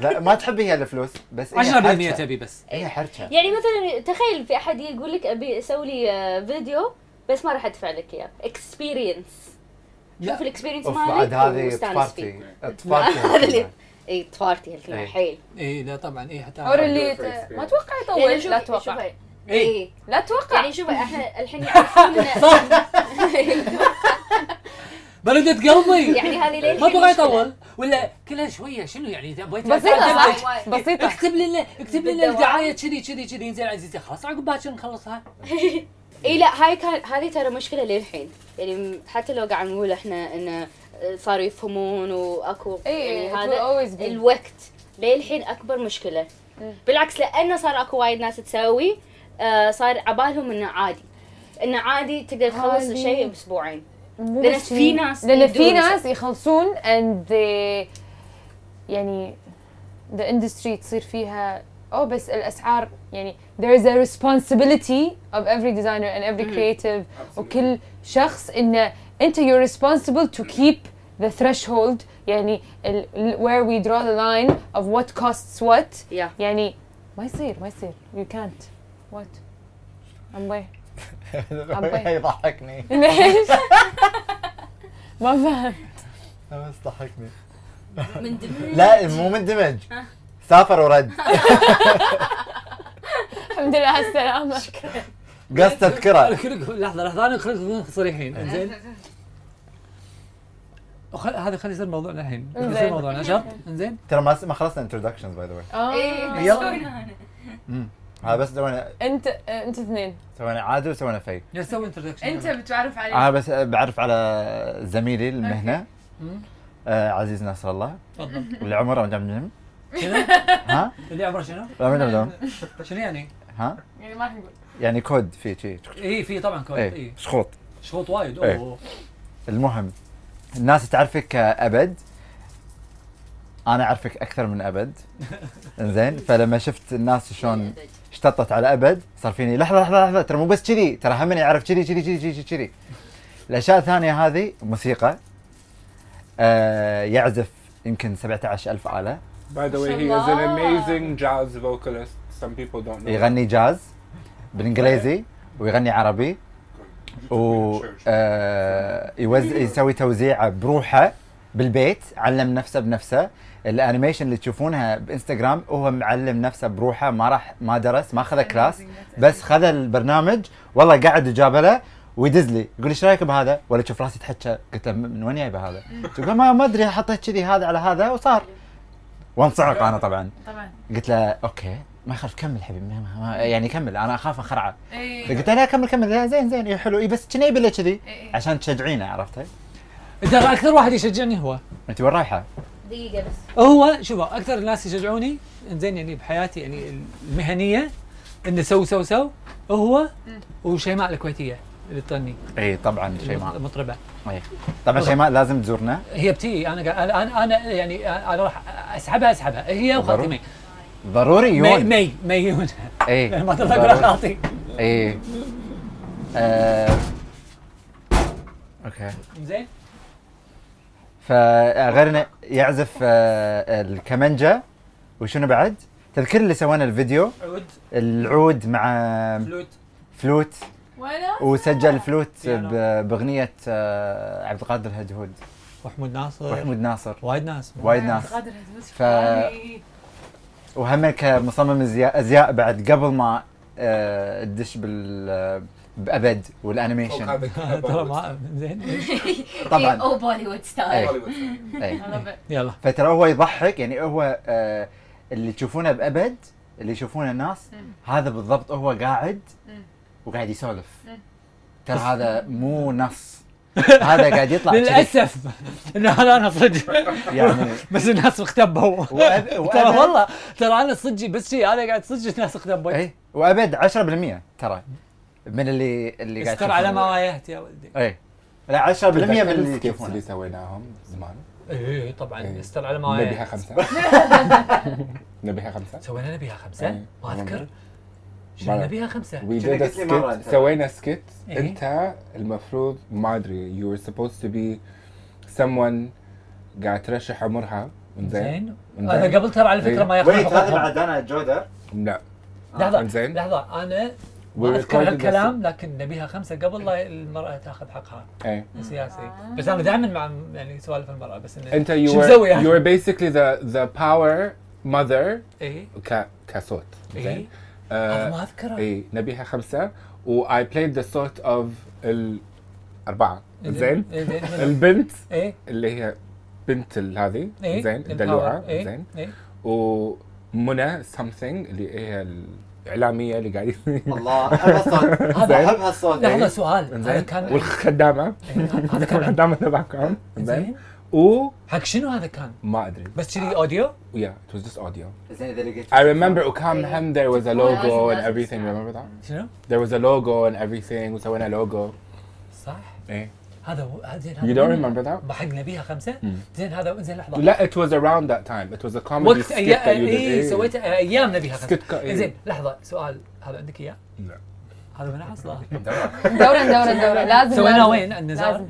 لا ما تحب هي الفلوس بس هي حرشة. إيه، تبي بس هي حرشه يعني مثلا تخيل في احد يقول لك ابي اسوي لي آه، فيديو بس ما راح ادفع لك اياه اكسبيرينس لا. شوف الاكسبيرينس اوف مالك بعد هذه واستانس فيه. تفارتي (laughs) (laughs) هذا تفارتي (laughs) اللي- اي تفارتي هالكلمه إيه. حيل اي لا طبعا اي حتى اور أنا- اللي ما اتوقع يعني يطول شوف- لا اتوقع شوف- اي اي لا اتوقع يعني شوف احنا الحين يعرفون (laughs) إن- بردت قلبي (laughs) يعني هذه ليه ما ابغى يطول ولا كلها شويه شنو يعني تبغى بسيطه (laughs) تعدل- صح بسيطه اكتب لنا اكتب لنا بالدوام. الدعايه كذي كذي كذي زين عزيزي خلاص عقب باكر نخلصها اي لا هاي كان هذه ترى مشكله للحين يعني م- حتى لو قاعد نقول احنا انه آه، صاروا يفهمون واكو إي، يعني إيه، it will هذا always be. الوقت للحين اكبر مشكله بالعكس لانه صار اكو وايد ناس تسوي آه، صار عبالهم انه عادي انه عادي تقدر تخلص عادي. الشيء باسبوعين مو لأن بس في شي. ناس لان في يدون ناس يخلصون اند يعني ذا اندستري تصير فيها او بس الاسعار يعني there is a responsibility of every designer and every creative وكل شخص انه انت you're responsible to keep the threshold يعني ال- ال- where we draw the line of what costs what يا يعني ما يصير ما يصير you can't what I'm way أبي. يضحكني ليش؟ (laughs) ما فهم لا، بس ضحكني من ضمن لا مو مندمج (laughs) سافر ورد (laughs) الحمد لله على السلامة قص (laughs) تذكره الكل- لحظه لحظه انا خلينا نكون صريحين زين وخ- هذا خلي يصير موضوعنا الحين خلي يصير إنزين. موضوعنا عشان انزين ترى ما ما خلصنا introductions باي ذا واي إيه. آه. هذا بس سوينا انت انت اثنين سوينا عادل وسوينا في نسوي انتروداكشن انت بتعرف عليه انا بس بعرف على زميلي المهنه مم. آه، عزيز ناصر الله تفضل اللي عمره مدمدم شنو؟ (laughs) ها اللي عمره شنو؟ مدمدم شنو يعني؟ ها يعني ما راح نقول يعني كود فيه شي اي في طبعا كود إيه. اي اي شخوط شروط وايد إيه. اوه المهم الناس تعرفك ابد انا اعرفك اكثر من ابد زين فلما شفت الناس شلون اشتطت على ابد صار فيني لحظه لحظه لحظه ترى مو بس كذي ترى هم اني اعرف كذي كذي كذي كذي كذي الاشياء الثانيه هذه موسيقى آه يعزف يمكن 17000 اله By the way, he is an amazing jazz vocalist. Some people don't know. يغني جاز بالانجليزي ويغني عربي و آه، يوز... يسوي توزيعه بروحه بالبيت علم نفسه بنفسه الانيميشن اللي تشوفونها بانستغرام هو معلم نفسه بروحه ما راح ما درس ما خذ كلاس بس خذ البرنامج والله قاعد وجاب له ويدز لي يقول لي ايش رايك بهذا؟ ولا تشوف راسي تحكى قلت له من وين جايبه هذا؟ يقول ما ما ادري حطيت كذي هذا على هذا وصار وانصعق انا طبعا طبعا قلت له اوكي ما يخالف كمل حبيبي ما- ما- ما- يعني كمل انا اخاف انخرعه إيه. اي فقلت له لا كمل كمل لا زين زين إيه حلو إيه بس كنا يبي له كذي إيه. عشان تشجعينه عرفتي؟ ترى اكثر واحد يشجعني هو انت وين رايحه؟ دقيقه بس هو شوفوا اكثر الناس يشجعوني انزين يعني بحياتي يعني المهنيه انه سو سو سو هو وشيماء الكويتيه اللي تغني اي طبعا شيماء مطربه إيه. طبعا شيماء لازم تزورنا هي بتي انا قا- انا انا أنا يعني انا راح اسحبها اسحبها هي ضروري. وخاطمي ضروري إيه. مي يون مي ميون اي (laughs) ما تطلع راح اعطي اي إيه. آه. اوكي زين فغير انه يعزف آه، الكمنجه وشنو بعد؟ تذكر اللي سوينا الفيديو عود العود مع فلوت فلوت وانا وسجل فلوت آه، بيانو. ب- باغنيه آه، عبد القادر الهدهد وحمود ناصر وحمود ناصر وايد ناس وايد ناس قادر هدوس ف- فلاني. وهم كمصمم أزياء- ازياء بعد قبل ما آه، تدش بال آه، بابد والانيميشن (laughs) (laughs) ترى ما (laughs) زين طبعا او بوليوود ستايل اي طيب. اي يلا إيه، فترى هو يضحك يعني هو آه، اللي تشوفونه بابد اللي يشوفونه الناس إيه. هذا بالضبط هو قاعد وقاعد يسولف إيه. ترى هذا (laughs) مو نص هذا قاعد يطلع كذي. للاسف آه، ان انا انا صدق (laughs) يعني بس الناس اختبوا وأب- إيه، ترى وأبد- والله ترى انا صدقي بس شيء انا قاعد صدق الناس إيه، اختبوا اي وابد 10% ترى من اللي اللي قاعد استر على تشوفونه. ما واجهت يا ولدي اي لا 10% من تذكر اللي السكيتس اللي يشوفونه سويناهم زمان ايه طبعا إيه. استر على ما نبيها واجهت (laughs) خمسة نبيها خمسة سوينا نبيها خمسه إيه. ما اذكر شنو بلا. نبيها خمسه We كنا did a قلت لي مرة أنت. skit سوينا skit إيه. انت المفروض ما ادري you were supposed to be someone قاعد ترشح عمرها انزين زين إنزين. انا قبل ترى على فكره إيه. ما ياخذ حقوقهم. انا جودر لا لحظه إنزين. لحظه انا We ما اذكر recorded the- هالكلام لكن نبيها خمسه قبل لا المراه تاخذ حقها إيه. سياسي بس انا دائما مع يعني سوالف المراه بس انه انت you شو were مسوي you يعني؟ were basically the the power mother اي ك كصوت اي زين هذا آه، إيه، ما اذكره اي نبيها خمسة و I played the sort of الأربعة زين إيه، زين البنت اي اللي هي البنت ال- هذه إيه؟ زين Empower. الدلوعه إيه؟ زين إيه؟ ومنى سمثينج اللي هي الاعلاميه اللي قاعدين الله احب هالصوت زين. هذا احب هالصوت إيه. لحظه سؤال هذا زين كان والخدامه هذا كان الخدامه تبعكم زين زين وما حق شنو هذا كان؟ ادري بس كذي آه. اوديو؟ yeah it was just audio زين اذا لقيت I remember وكان إيه. هم there was a logo لازم- and لازم everything تسمع. remember that شنو؟ there was a logo and everything وسوينا logo صح؟ ايه هذا هو هذا زين you هذا don't من- remember that حق نبيها خمسه؟ زين هذا زين لحظه لا it was around that time it was a comedy وقت skit that ايام you did Eh. اي سويت ايام نبيها إيه. سكت كا- إيه. خمسه زين لحظه سؤال هذا عندك اياه؟ لا. هذا من اصلا (laughs) دورا دورا دورا لازم سويناه لازم. وين؟ النزار؟ لازم.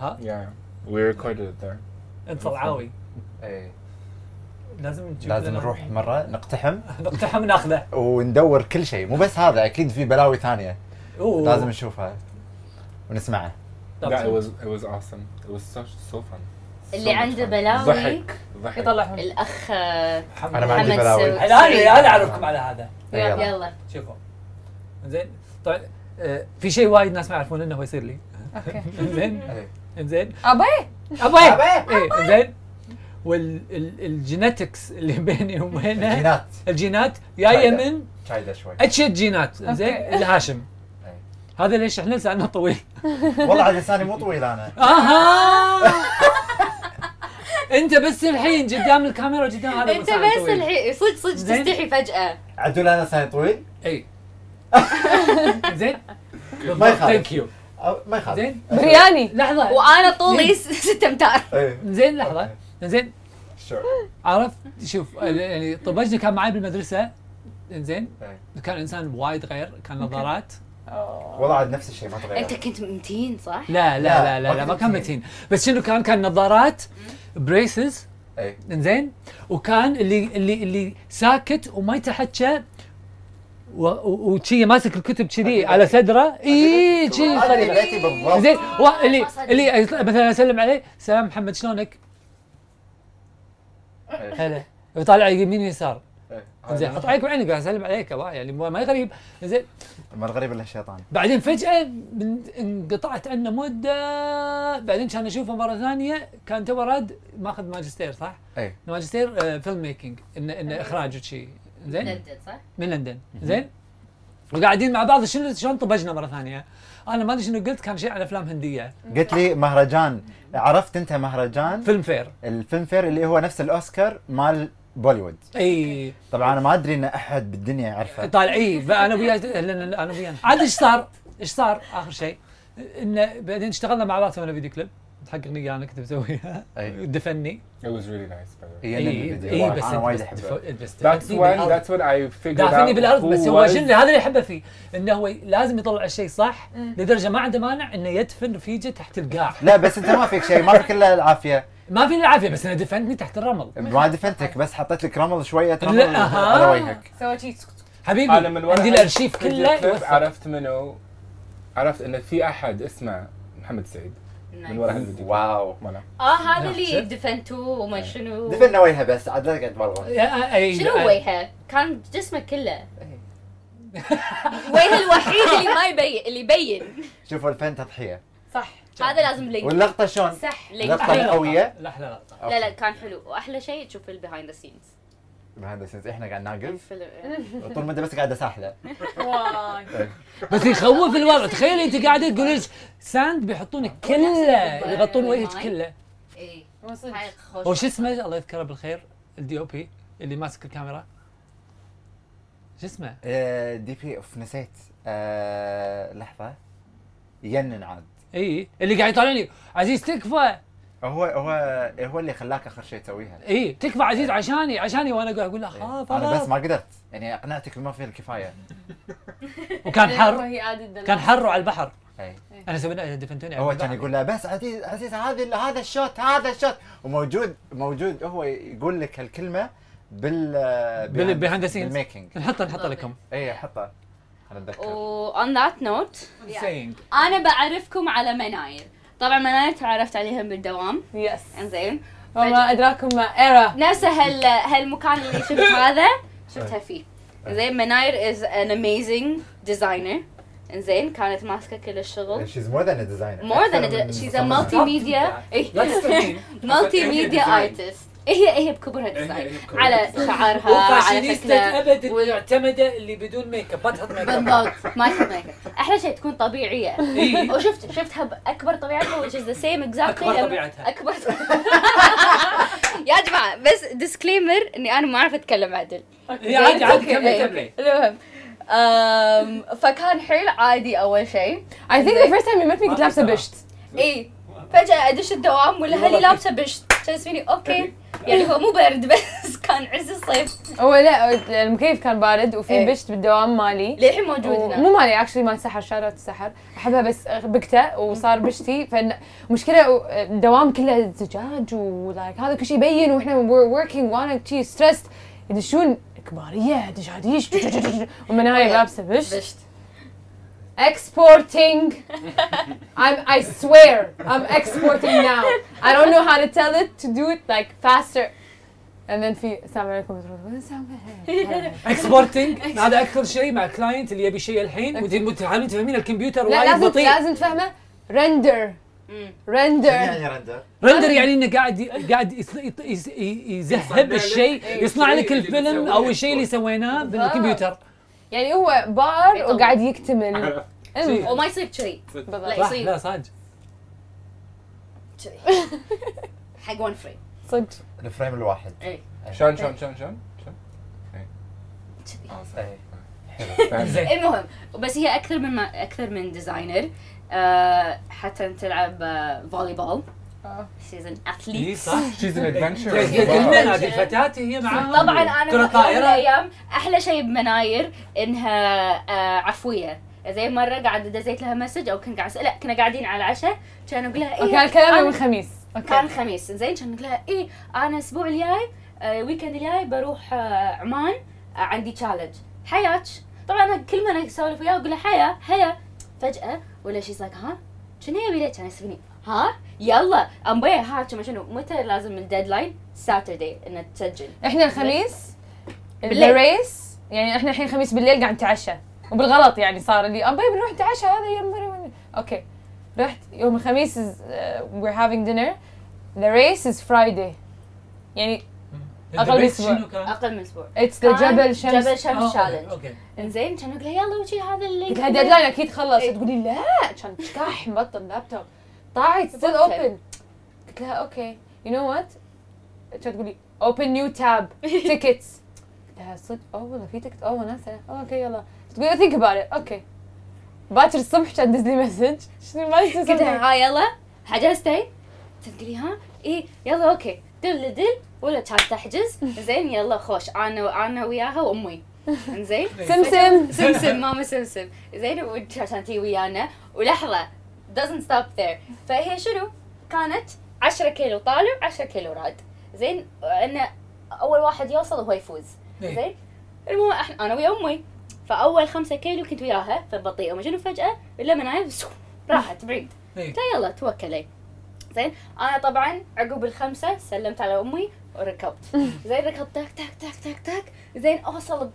ها؟ yeah we recorded it there انت صلعاوي إيه. لازم نشوف لازم لنا- نروح مره نقتحم نقتحم ناخذه وندور كل شيء مو بس هذا اكيد في بلاوي ثانيه أوه. لازم نشوفها ونسمعها yeah it was it was awesome it was such so fun اللي So much عنده fun. بلاوي ضحك ضحك يطلعهم الاخ انا ما عندي آه، محمد بلاوي سوي. الان انا اعرفكم على هذا يلا. يلا شوفوا زين طبعا آه، في شيء وايد ناس ما يعرفون انه هو يصير لي اوكي (laughs) زين إيه. زين ابي ابوي ايه زين والجينيتكس اللي بيني وبينه جينات الجينات جايه هذا. من شايده شوي اتشد جينات زين الهاشم إيه. هذا ليش احنا لساننا طويل والله على لساني مو طويل انا اها انت بس الحين قدام الكاميرا قدام هذا انت بس الحين الحين صدق صدق زين. تستحي (laughs) فجاه عدول انا لساني طويل (laughs) اي إيه. زين ما يخالف. ثانك يو أو- ما يخالف زين برياني لحظه وانا طولي س- ست امتار (laughs) ايه زين لحظه زين شو عرفت شوف ال- يعني طبجني كان معي بالمدرسه زين إيه. كان انسان وايد غير كان نظارات والله عاد نفس الشيء ما تغير انت كنت متين صح؟ لا لا لا لا، لا, لا ما ما كنت كان متين. متين بس شنو كان كان نظارات بريسز ايه انزين وكان اللي اللي اللي ساكت وما يتحكى و- و- وشي ماسك الكتب كذي على صدره اي شي هذا اللي بيتي بالضبط إيه، زين وا- اللي اللي مثلا اسلم عليه سلام محمد شلونك؟ هلا ويطالع يمين ويسار زين حط عليك بعينك قاعد اسلم عليك أبا، يعني ما ما غريب زين ما الغريب الا الشيطان بعدين فجأة من- انقطعت عنه مدة بعدين كان اشوفه مرة ثانية كان تو راد ماخذ ماجستير صح؟ اي ماجستير آه، فيلم ميكينج انه انه اخراج وشي زين لندن صح؟ من لندن زين وقاعدين مع بعض شنو شلون طبجنا مره ثانيه انا ما ادري شنو قلت كان شيء عن افلام هنديه قلت لي مهرجان عرفت انت مهرجان فيلم فير الفيلم فير اللي هو نفس الاوسكار مال بوليوود اي طبعا انا ما ادري ان احد بالدنيا يعرفه طالع اي فانا وياه لأن انا وياه عاد ايش صار؟ ايش صار اخر شيء؟ انه بعدين اشتغلنا مع بعض سوينا فيديو كليب تحققني انا كنت مسويها أي. يعني دفني it was really nice by the way هي اي الفيديو. اي وايد- بس انا انت وايد بس احبه دف- بس that's دفنتني when بالأرض. that's when I figured out دافني بالارض who بس هو was- شنو هذا اللي احبه فيه انه هو لازم يطلع الشيء صح لدرجه ما عنده مانع انه يدفن رفيجه تحت القاع لا بس انت ما فيك شيء ما فيك الا العافيه ما في إلا العافيه بس انا دفنتني تحت الرمل ما دفنتك بس حطيت لك رمل شويه رمل لا، ها. على وجهك سوى شيء حبيبي انا من ورا عندي الارشيف كله الكليب يوثق. عرفت منه عرفت انه في احد اسمه محمد سعيد من ورا هالفيديو واو ماله اه هذا اللي نعم. شفت؟ نعم. دفنتوه وما شنو دفنا وجهه بس عاد لا قاعد برا يا- أي- شنو وجهه؟ كان جسمه (laughs) كله وجهه الوحيد اللي ما يبين اللي (laughs) يبين شوفوا الفن تضحيه صح هذا لازم لينك واللقطه شلون؟ صح لينك لقطة. أحلى قوية. لقطة. لا لا لا لا لا كان حلو واحلى شيء تشوف البيهايند ذا سينز (laughs) مهندس احنا قاعد ناقل الفيلم طول ما انت بس قاعد اساحله (laughs) واي بس يخوف الوضع تخيل انت قاعده تقول ليش ساند بيحطونه كله يغطون وجهك كله اي هو صدق. هاي وش خوش اسمه الله يذكره بالخير الدي او بي اللي ماسك الكاميرا شو اسمه؟ آه، دي بي اوف نسيت آه، لحظه ينن عاد اي اللي قاعد يطالع لي عزيز تكفى هو هو هو اللي خلاك اخر شيء تسويها اي تكفى عزيز عشاني عشاني وانا قاعد اقول له خاف انا بس خلاص. ما قدرت يعني اقنعتك بما فيه الكفايه وكان حر وهي عادة كان حر وعلى البحر أي. انا سوينا إيه، دفنتوني على إيه. هو البحر. كان يقول له بس عزيز عزيز هذه هذا الشوت هذا الشوت وموجود موجود هو يقول لك هالكلمه بال بال- behind the scenes. الميكينج نحطه (laughs) نحطه لكم اي حطه انا اتذكر وان ذات نوت saying انا بعرفكم على مناير طبعا مناير تعرفت عليهم بالدوام يس انزين وما ادراكم ما ايرا نفس هال هالمكان اللي (laughs) شفت هذا شفتها فيه زين مناير از ان اميزنج ديزاينر انزين كانت ماسكه كل الشغل إيه، She's more than a designer. مور أكثر ذان من شيز ا مصمم. مالتي ميديا (laughs) لا (laughs) تستهين. مالتي هي (laughs) ميديا design. ارتست هي إيه، هي إيه، بكبرها إيه، هي ديزاين بكبرها على design. شعرها على وفاشينيستا شكلها ابد وال- المعتمده اللي بدون ميك اب ما تحط ميك اب بالضبط ما تحط ميك اب احلى شيء تكون طبيعيه إي. وشفت شفتها باكبر طبيعتها which is the same exactly أكبر طبيعتها. اكبر (laughs) يا جماعه بس ديسكليمر اني انا ما اعرف اتكلم عدل إي، إيه، عادي عادي أوكي. كملي إي. كملي المهم أم، فكان حيل عادي اول شيء I think the first time you met me كنت لابسه بشت اي فجاه ادش الدوام ولا هلي لابسه بشت كان اسميني اوكي يعني هو مو برد بس كان عز الصيف هو لا المكيف كان بارد وفي إيه. بشت بالدوام مالي للحين موجود هنا مو مالي اكشلي مال سحر شارات السحر احبها بس بكته وصار بشتي فمشكله الدوام كله زجاج ولايك هذا كل شيء يبين واحنا وركينج وانا شي ستريسد يدشون كباريه دشاديش ومن هاي لابسه بشت بشت exporting I'm I swear I'm exporting now I don't know how to tell it to do it like faster and then في السلام عليكم السلام عليكم اكسبورتنج هذا اكثر شيء مع الكلاينت اللي يبي شيء الحين وانتم فاهمين الكمبيوتر لا وايد لازم بطيء لازم تفهمه رندر مم. رندر يعني رندر رندر يعني انه قاعد قاعد يس- يط- يس- ي- يزهب لك الشيء يصنع الشيء لك اللي الفيلم بتسويه. او الشيء اللي سويناه بالكمبيوتر يعني هو بار يطلع. وقاعد يكتمل إيه. المهم، وما يصير كذي بالضبط. لا صح يصير لا صادق كذي حق ون فري صدق الفريم (laughs) الواحد شلون شلون شلون شلون؟ شلون؟ كذي آه، صح. إيه. فهمت. زين المهم بس هي اكثر من ما اكثر من ديزاينر آه حتى تلعب آه، فولي بول آه. سيزن اي اثليت إيه، صح She's an adventurer. (laughs) قلنا هذه الفتاه هي مع طبعا انا كرة في يوم من طائرة. الايام احلى شيء بمناير انها آه عفويه زي مره قاعد دزيت لها مسج او كنا قاعد لا كنا قاعدين على العشاء كان اقول لها اوكي إيه الكلام أنا- يوم الخميس كان اوكي خميس زين كان اقول لها اي انا الاسبوع الجاي آه، الويكند الجاي بروح آه، عمان آه، عندي تشالنج حياك طبعا انا كل ما انا اسولف وياه اقول له حيا حيا فجاه ولا شي لايك ها شنو يبي لك؟ كان يسالني ها يلا امبي ها شنو شنو متى لازم الديدلاين؟ ساتردي انه تسجل احنا الخميس بالليل. بالريس يعني احنا الحين خميس بالليل قاعد نتعشى وبالغلط يعني صار لي ابي بنروح نتعشى هذا يوم مرة- اوكي رحت يوم الخميس is, uh, we're having dinner the race is Friday يعني أغلب أسبوع. شنو كان؟ اقل من اسبوع it's the كان جبل شمس جبل آه، شمس أوكي، تشالنج اوكي انزين كان اقول لها يلا وشي هذا اللي قلت لها ديدلاين اكيد خلص إيه. تقولي لا كان كاح مبطل لابتوب طاعت ستيل مبطل. اوبن قلت لها اوكي يو نو وات كانت تقولي اوبن نيو تاب (laughs) تيكتس قلت لها صدق اوه والله في تيكت اوه وناسه اوكي يلا تقولي ثينك اباوت ات اوكي باكر الصبح كان دز لي مسج شنو ما قلت لها يصير ها يلا حجزتي؟ تقولي ها؟ اي يلا اوكي دل دل ولا كانت تحجز زين يلا خوش انا انا وياها وامي زين سمسم (laughs) سمسم ماما سمسم زين وعشان تي ويانا ولحظه doesn't stop there فهي شنو؟ كانت 10 كيلو طالع 10 كيلو راد زين انه اول واحد يوصل هو يفوز إيه. زين المهم احنا انا ويا امي فاول خمسة كيلو كنت وياها فبطيئه وما شنو فجاه الا من عيب راحت بعيد إيه. قلت لها يلا توكلي زين انا طبعا عقب الخمسه سلمت على امي وركبت زين ركبت تاك تاك تاك تاك تاك زين اوصل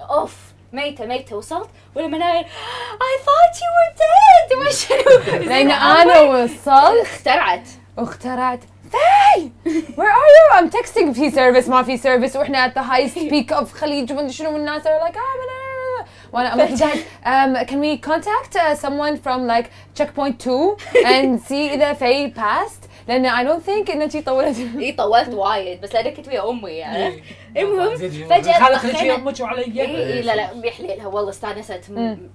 اوف ميته ميته وصلت ولما ناير I thought you were dead ما شنو لان انا وصلت اخترعت واخترعت Hey! Where are you? I'm texting في سيرفيس ما في سيرفيس واحنا at the highest peak of خليج ومدري شنو والناس are like ah, blah, blah, blah." وانا I'm like guys um, can we contact uh, someone from like checkpoint 2 and see اذا في passed لان I don't think انه شي طولت اي طولت وايد بس لان كنت ويا امي إيه. يعني المهم فجاه فجاه خلق لك شيء طخينا- امك وعلي اي اي إيه، لا لا بيحليلها والله استانست م- مم. م-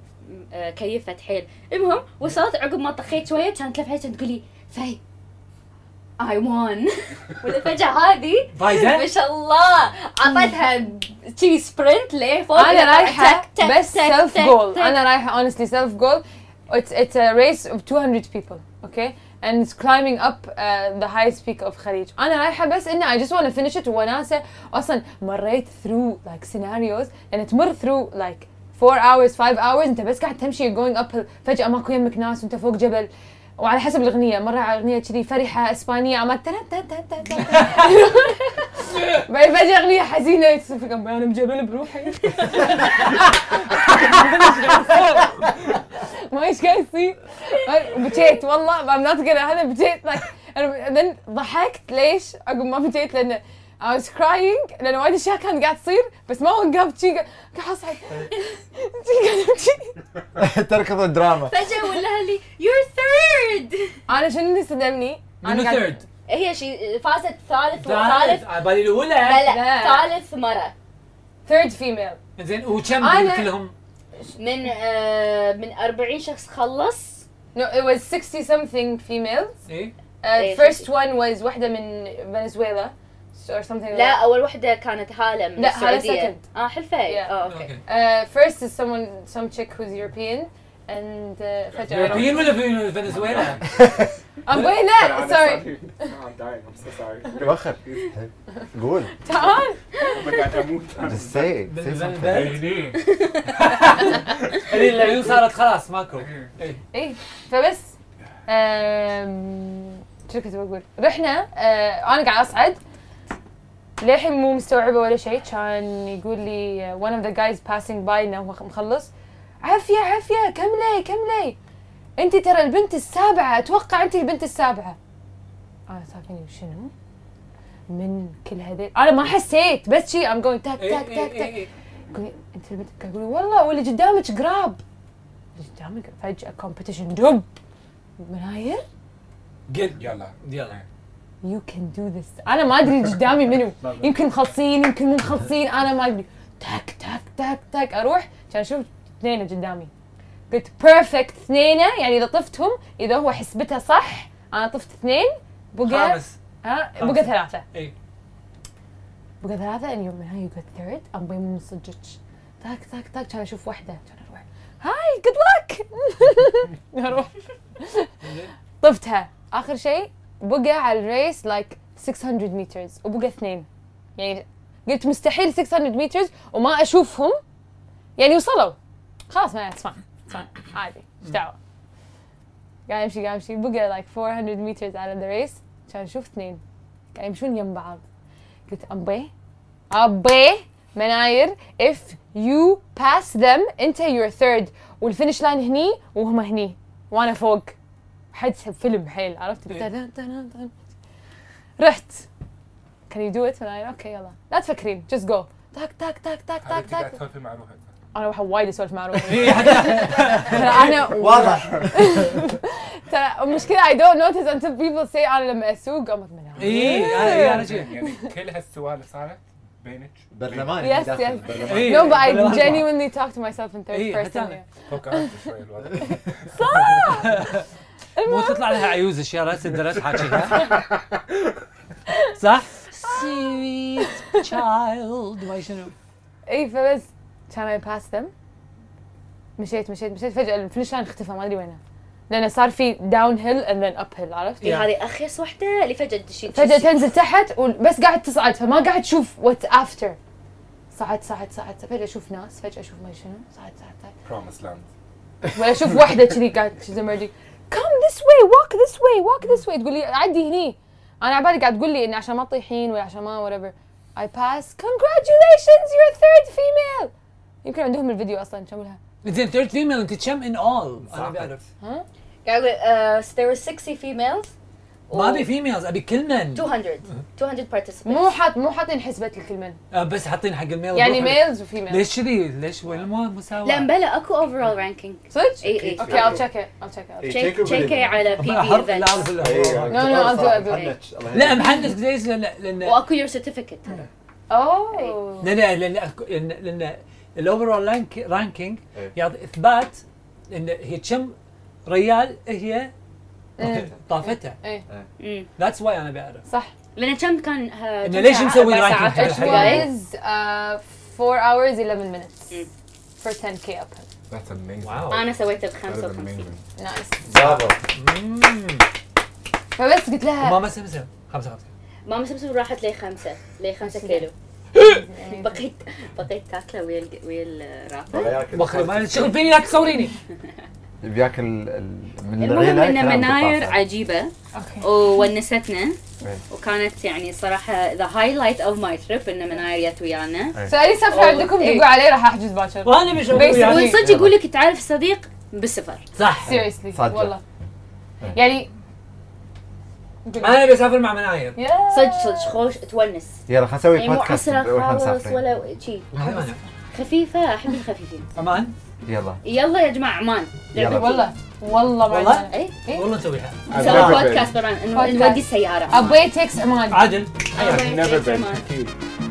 آه، كيفت حيل المهم وصلت عقب ما طخيت شويه كانت لفحت كانت تقول لي في اي وان (laughs) والفجاه هذه فايزه ما شاء الله عطتها شي سبرنت ليه فوق انا رايحه تك- تك- بس تك- سيلف تك- جول تك. انا رايحه honestly self goal it's it's a race of 200 people okay and it's climbing up uh, the highest peak of خليج انا رايحه بس ان I just want to finish it وناسه اصلا مريت through like scenarios لان تمر through like 4 hours 5 hours انت بس قاعد تمشي you're going uphill فجاه ماكو يمك ناس وانت فوق جبل وعلى حسب الاغنيه مره على اغنيه كذي فرحه اسبانيه عملت تا تا تا تا (laughs) تا. بعدين فجاه اغنيه حزينه يتصل انا مجبل بروحي ما ايش قاعد يصير بكيت والله ام نوت هذا بكيت like انا then ضحكت ليش؟ عقب ما بكيت لان I was crying لان وايد اشياء كانت قاعد تصير بس ما وقفت شي قاعد قاعد اصعد شي قاعد أبكي. تركض (laughs) الدراما فجاه ولا لي يور ثيرد انا شنو اللي صدمني؟ منو قاعد- ثيرد؟ (laughs) هي شي فازت ثالث ثالث ثالث على بالي الاولى لا لا لا. ثالث مره ثيرد فيميل زين وكم أنا- كلهم؟ من آه من 40 شخص خلص no it was 60 something females اي uh, إيه، first 60. one was واحدة من فنزويلا or something لا like اول وحده كانت هاله من أيوة. لا، هالة السعوديه second. اه حلفه Yeah. اه اوكي اوكي that. Uh, first is someone some chick who's European and uh, فجأة يوروبيين ولا في فنزويلا؟ I'm going that sorry (laughs) I'm dying. I'm so sorry. وخر قول تعال Oh my god, I moved. I'm just say say something. (laughs) اللي إيه، هني العيون صارت خلاص ماكو إيه، ايه فبس آم، شو كنت بقول؟ رحنا آه، انا قاعد اصعد للحين مو مستوعبه ولا شيء كان يقول لي آه، one of the guys passing by انه هو مخلص عافيه عافيه كملي كملي انت ترى البنت السابعه اتوقع انت البنت السابعه انا ساكنه شنو؟ من كل هذيل انا ما حسيت بس شي ام جوينج تاك إي، تاك إي، تاك إي، تاك إي. تقولي انت البنت قاعد تقولي والله واللي قدامك قراب اللي قدامك فجاه كومبيتيشن دب مناير قل يلا يلا يو كان دو ذس انا ما ادري اللي قدامي منو يمكن مخلصين يمكن مو مخلصين انا ما ادري تاك تاك تاك تاك اروح عشان اشوف اثنين قدامي قلت بيرفكت اثنين يعني اذا طفتهم اذا هو حسبتها صح انا طفت اثنين بقى خامس إيه. ها خامس. بقى ثلاثه اي بقى ثلاثة and you're يعني من you got third I'm بين من صدقك تاك تاك تاك كان اشوف واحدة كان اروح هاي جود (laughs) لك اروح طفتها اخر شيء بقى على الريس لايك 600 مترز وبقى اثنين يعني قلت مستحيل 600 مترز وما اشوفهم يعني وصلوا خلاص ما اسمع اسمع عادي ايش دعوه قاعد امشي قاعد امشي بقى لايك 400 مترز على ذا ريس كان اشوف اثنين قاعد يمشون يم بعض قلت أبي أبي مناير if you pass them انت your third والفينش لاين هني وهم هني وانا فوق حدث فيلم حيل عرفت إيه. تدن تدن تدن. رحت كان you do it مناير اوكي يلا لا تفكرين just go تاك تاك تاك تاك تاك حبيبتي قاعد تاك تسولفي مع روحك انا واحد وايد اسولف مع روحي (laughs) (laughs) إي، حتى ترى (laughs) انا واضح ترى المشكله I don't notice until people say انا لما اسوق امك مناير اي أنا- إي، إيه. انا شي يعني كل هالسوالف صارت بينك برلماني Yes, داخل yes. البرلمان. إي، No, but (laughs) I بالأربعة. genuinely talk to myself in third إيه، حتى person. أنا. فوق شوي الوضع مو تطلع لها عيوز الشيء لا تدرس حاكيها صح؟ سويت تشايلد ما شنو اي إيه، فبس كان I pass them مشيت مشيت مشيت فجأة الفينش لاين اختفى ما ادري وينه لأنه صار في داون هيل اند ذن اب هيل عرفت؟ Yeah. هذه اخيس وحده اللي فجاه تشي فجأة تنزل تحت وبس قاعد تصعد فما قاعد تشوف وات افتر صعد صعد صعد فجأة اشوف ناس فجأة اشوف ما شنو صعد صعد صعد بروميس لاند ولا اشوف واحده كذي قاعد she's emerging come this way walk this way walk this way تقول لي عدي هني انا على بالي قاعد تقول لي ان عشان ما تطيحين ولا عشان ما whatever I pass congratulations you're third female يمكن عندهم الفيديو اصلا شمولها (laughs) زين ثيرد فيميل انت كم ان اول؟ انا بعرف قاعد اقول آه there were 60 females ما أه. ابي فيميلز ابي كل من 200 200 participants مو حاط مو حاطين حسبه لكل من آه، بس حاطين حق الميل يعني بروحه. ميلز وفيميل ليش كذي؟ ليش وين المساواه؟ لا بلا اكو overall ranking صدق؟ اي اي اوكي I'll check it I'll check it تشيك تشيكي على بي ما بي أحرف- لا ايفنت اعرف الا إيه، هو. No, no, I'll do it. محنج. الله لا محنك ليش؟ لان لان واكو يور سيرتيفيكت أه. اوه لان لان لان, لأن الاوفرول رانكينج إيه. يعطي اثبات ان هي كم ريال هي إيه. نعم. طافته ذاتس واي انا بعرف صح لان كم كان ها- إنه كم ليش ساعة؟ مسوي أربع ranking ساعات؟ هذا It عشر الحين؟ دقايق؟ was uh, 4 hours 11 minutes for 10k up That's amazing. انا سويته ب That is 55 amazing. نايس برافو فبس قلت لها وماما سمسم خمسة خمسة ماما سمسم راحت لي خمسة لي خمسة كيلو يعني بقيت بقيت تاكله ويا ال- ويا الرافع بخري ما شغل فيني لا تصوريني بياكل ال- من المهم الريلة ان كلام مناير بالطاسة. عجيبه اوكي وونستنا إيه. وكانت يعني صراحه ذا هايلايت اوف ماي تريب ان مناير جت ويانا سو اي سفره أو- عندكم إيه. دقوا علي راح احجز باكر وانا مش أقول بيسوي- يعني- وصدق يقول لك تعرف صديق بالسفر صح سيريسلي صدق. والله يعني انا بسافر مع مناير يا صدق صدق خوش تونس يلا خلينا نسوي يعني مو بودكاست عسره واحنا خالص مسافرين ولا شيء هذا أنا. خفيفه احب الخفيفين امان يلا يلا يا جماعه عمان يلا. والله والله ما والله؟ عندنا. اي والله نسويها نسوي بودكاست طبعا إنه بودكاست. نودي السياره ابوي تكس امان عادل أبوي Never تيك been. عمان.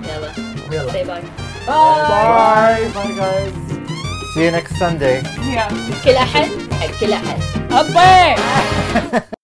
يلا يلا باي باي Ah. باي باي جايز سي يو نكست ساندي يا. كل احد حق كل احد ابوي